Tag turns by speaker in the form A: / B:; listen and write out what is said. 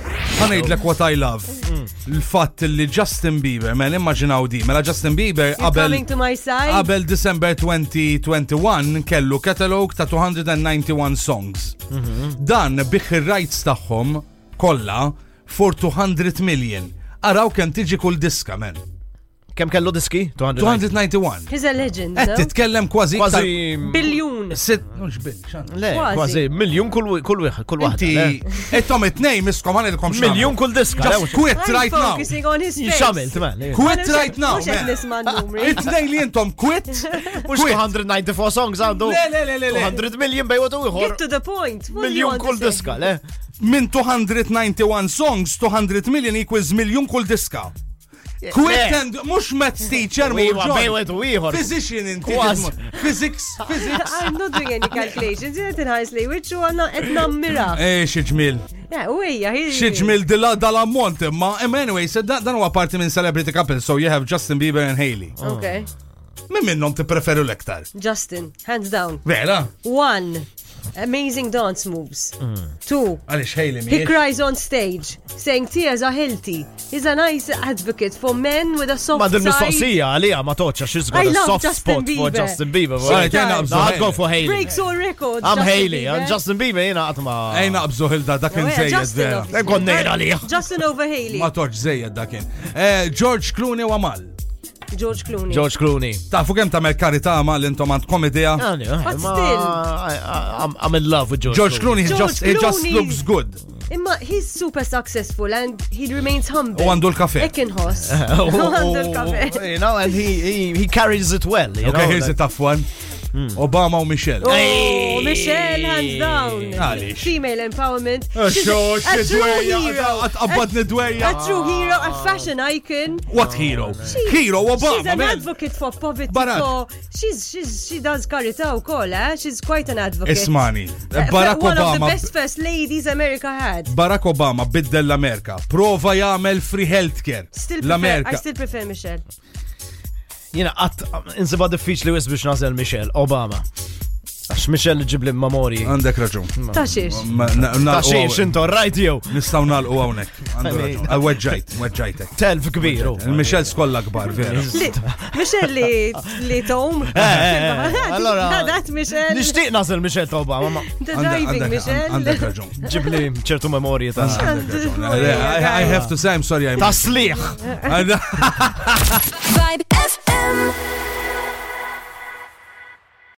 A: ngħidlek what I love. Il-fatt li Justin Bieber, man immaġinaw di, mela Justin Bieber qabel
B: Coming to my side.
A: qabel December 2021 kellu katalog ta' 291 songs. Dan biħ ir-rights tagħhom kollha for 200 million. Araw kemm tiġi kull diska men.
C: Kem kellu diski? 200.
A: 291.
B: He's a legend.
A: Qed
B: no?
A: titkellem kważi
C: Kważi.
A: iktar-
B: Biljun.
A: Sitt, mhux bil, xan.
C: Le,
B: Kważi.
C: kważi. Miljon kull kull wieħed, kull waħda.
A: Inti,
C: le.
A: ettom it-nej miskom għanilkom xan.
C: Miljon kull diska.
A: Just quit
B: I'm
A: right now.
B: focusing on his face.
C: Xamil, tman.
A: Quit right now.
B: Mux qed
A: man.
B: nisma' n-numri.
A: It-nej li jintom quit.
C: Mux 294 songs għandu.
A: Le, le, le, le, le.
C: 200 miljon bejwa tu
B: Get
C: ieħor.
B: to the point. What do you
C: Miljon
B: want to
C: kull
B: say?
C: diska, le.
A: Min 291 songs, 200 million equals miljon kull diska. Quit
C: Le.
A: and mux math teacher mu
C: Bejwa
A: ġol.
C: bejwa tu ieħor.
A: Physician inti.
C: Kważi.
A: tisma. Physics, physics.
B: I'm not doing any calculations. Jena tinħajs li wiċċu għanna etna mira.
A: Eh, xieġmil.
B: Yeah, u hija, hi-
A: Xieġmil dilla dal-ammont. Ma, em, anyway, said that- dan huwa parti minn celebrity couple, so you have Justin Bieber and Hailey.
B: Okay.
A: Oh. Min minnom ti preferu l-ektar?
B: Justin, hands down.
A: Vera?
B: One, amazing dance moves.
A: Mm.
B: Two,
A: Għalix Hailey
B: he
A: mi.
B: cries on stage, saying tears are healthy. He's a nice advocate for men with a soft
C: Ma din
B: side.
C: mistoqsija għalija ma toċċa xi
B: I
C: got a
B: love
C: soft
B: Justin
C: spot for
B: Bieber.
C: Justin Bieber.
A: Sorry,
C: right?
A: kena bżon
C: No, I'd go
A: Hailey.
C: for Hailey.
B: Breaks all records.
C: I'm
B: Justin
C: Hailey,
B: Bieber.
C: and Justin Bieber jena għatma.
A: Ejna abżu hilda dak
B: Oh, yeah,
A: nżejjed
B: Justin,
A: vera.
B: obviously.
C: Ekon nejra liħ.
B: Justin over Hailey.
A: Ma torġ zejjed dakin. Eh, George Clooney wa mal.
B: George Clooney.
C: George Clooney.
A: Tafu kem tamel karita mal intom għand komedija?
C: Ah, no,
B: But
C: ma-
B: still.
C: I- I- I'm- I'm in love with George,
A: George Clooney, he
B: George
A: just, he just
B: Clooney.
A: looks good.
B: Imma he's super successful and he remains humble.
A: U għandu l-kafe.
B: Ekin hoss.
C: Oh, oh,
B: Għandu
C: oh,
B: l-kafe.
C: You know, and he, he, he carries it well. You
A: Okay,
C: know,
A: here's a
C: like-
A: tough one.
B: Hmm.
A: Obama u Michelle.
B: Oh, Michelle, hands down.
A: Għaliex?
B: Female empowerment. She's
A: Xo,
B: a true hero.
A: għatqabbad
B: A
A: nidweja.
B: true hero, a fashion icon.
A: What hero? Hero
B: Oh, She's
A: Obama,
B: an
A: man.
B: advocate for poverty.
A: Barack.
B: For, she's, she's, she does carita u kol, eh? She's quite an advocate.
A: Ismani,
B: Uh,
A: Barack
B: One of the
A: Obama.
B: best first ladies America had.
A: Barack Obama biddel l-Amerika. Prova jagħmel free healthcare.
B: Still prefer, I
A: L-Amerika.
B: still prefer Michelle.
C: Jena, għat, insiba diffiċli wis biex nazel Michelle, Obama. Għax Michelle ġib li mamori.
A: Għandek raġun.
B: Taxiex.
A: Ma- na-
C: Ta'
A: nalqu
C: xie,
A: għawek.
C: xinto, rajt jew.
A: Nistaw nalqu għawnek. Għandu
C: Għalej.
A: raġun. Għawedġajt, għawedġajtek.
C: Telf oh. kbiru.
A: Il-Michel skolla kbar, vera.
B: Li- Michelle li li tom.
C: eh,
B: אה, לא,
C: allora-
B: That Michelle.
C: Nishtiq nazel Michelle ta' Obama, ma
B: The
A: Għandek-
B: driving
A: għandek- Għandek
B: Michelle.
A: raġun.
C: ġib li ċertu memorji ta'
A: Għandek raġun. I I have to say, I'm sorry. I'm
C: ta' sliħ.
A: Għandek-
D: Vibe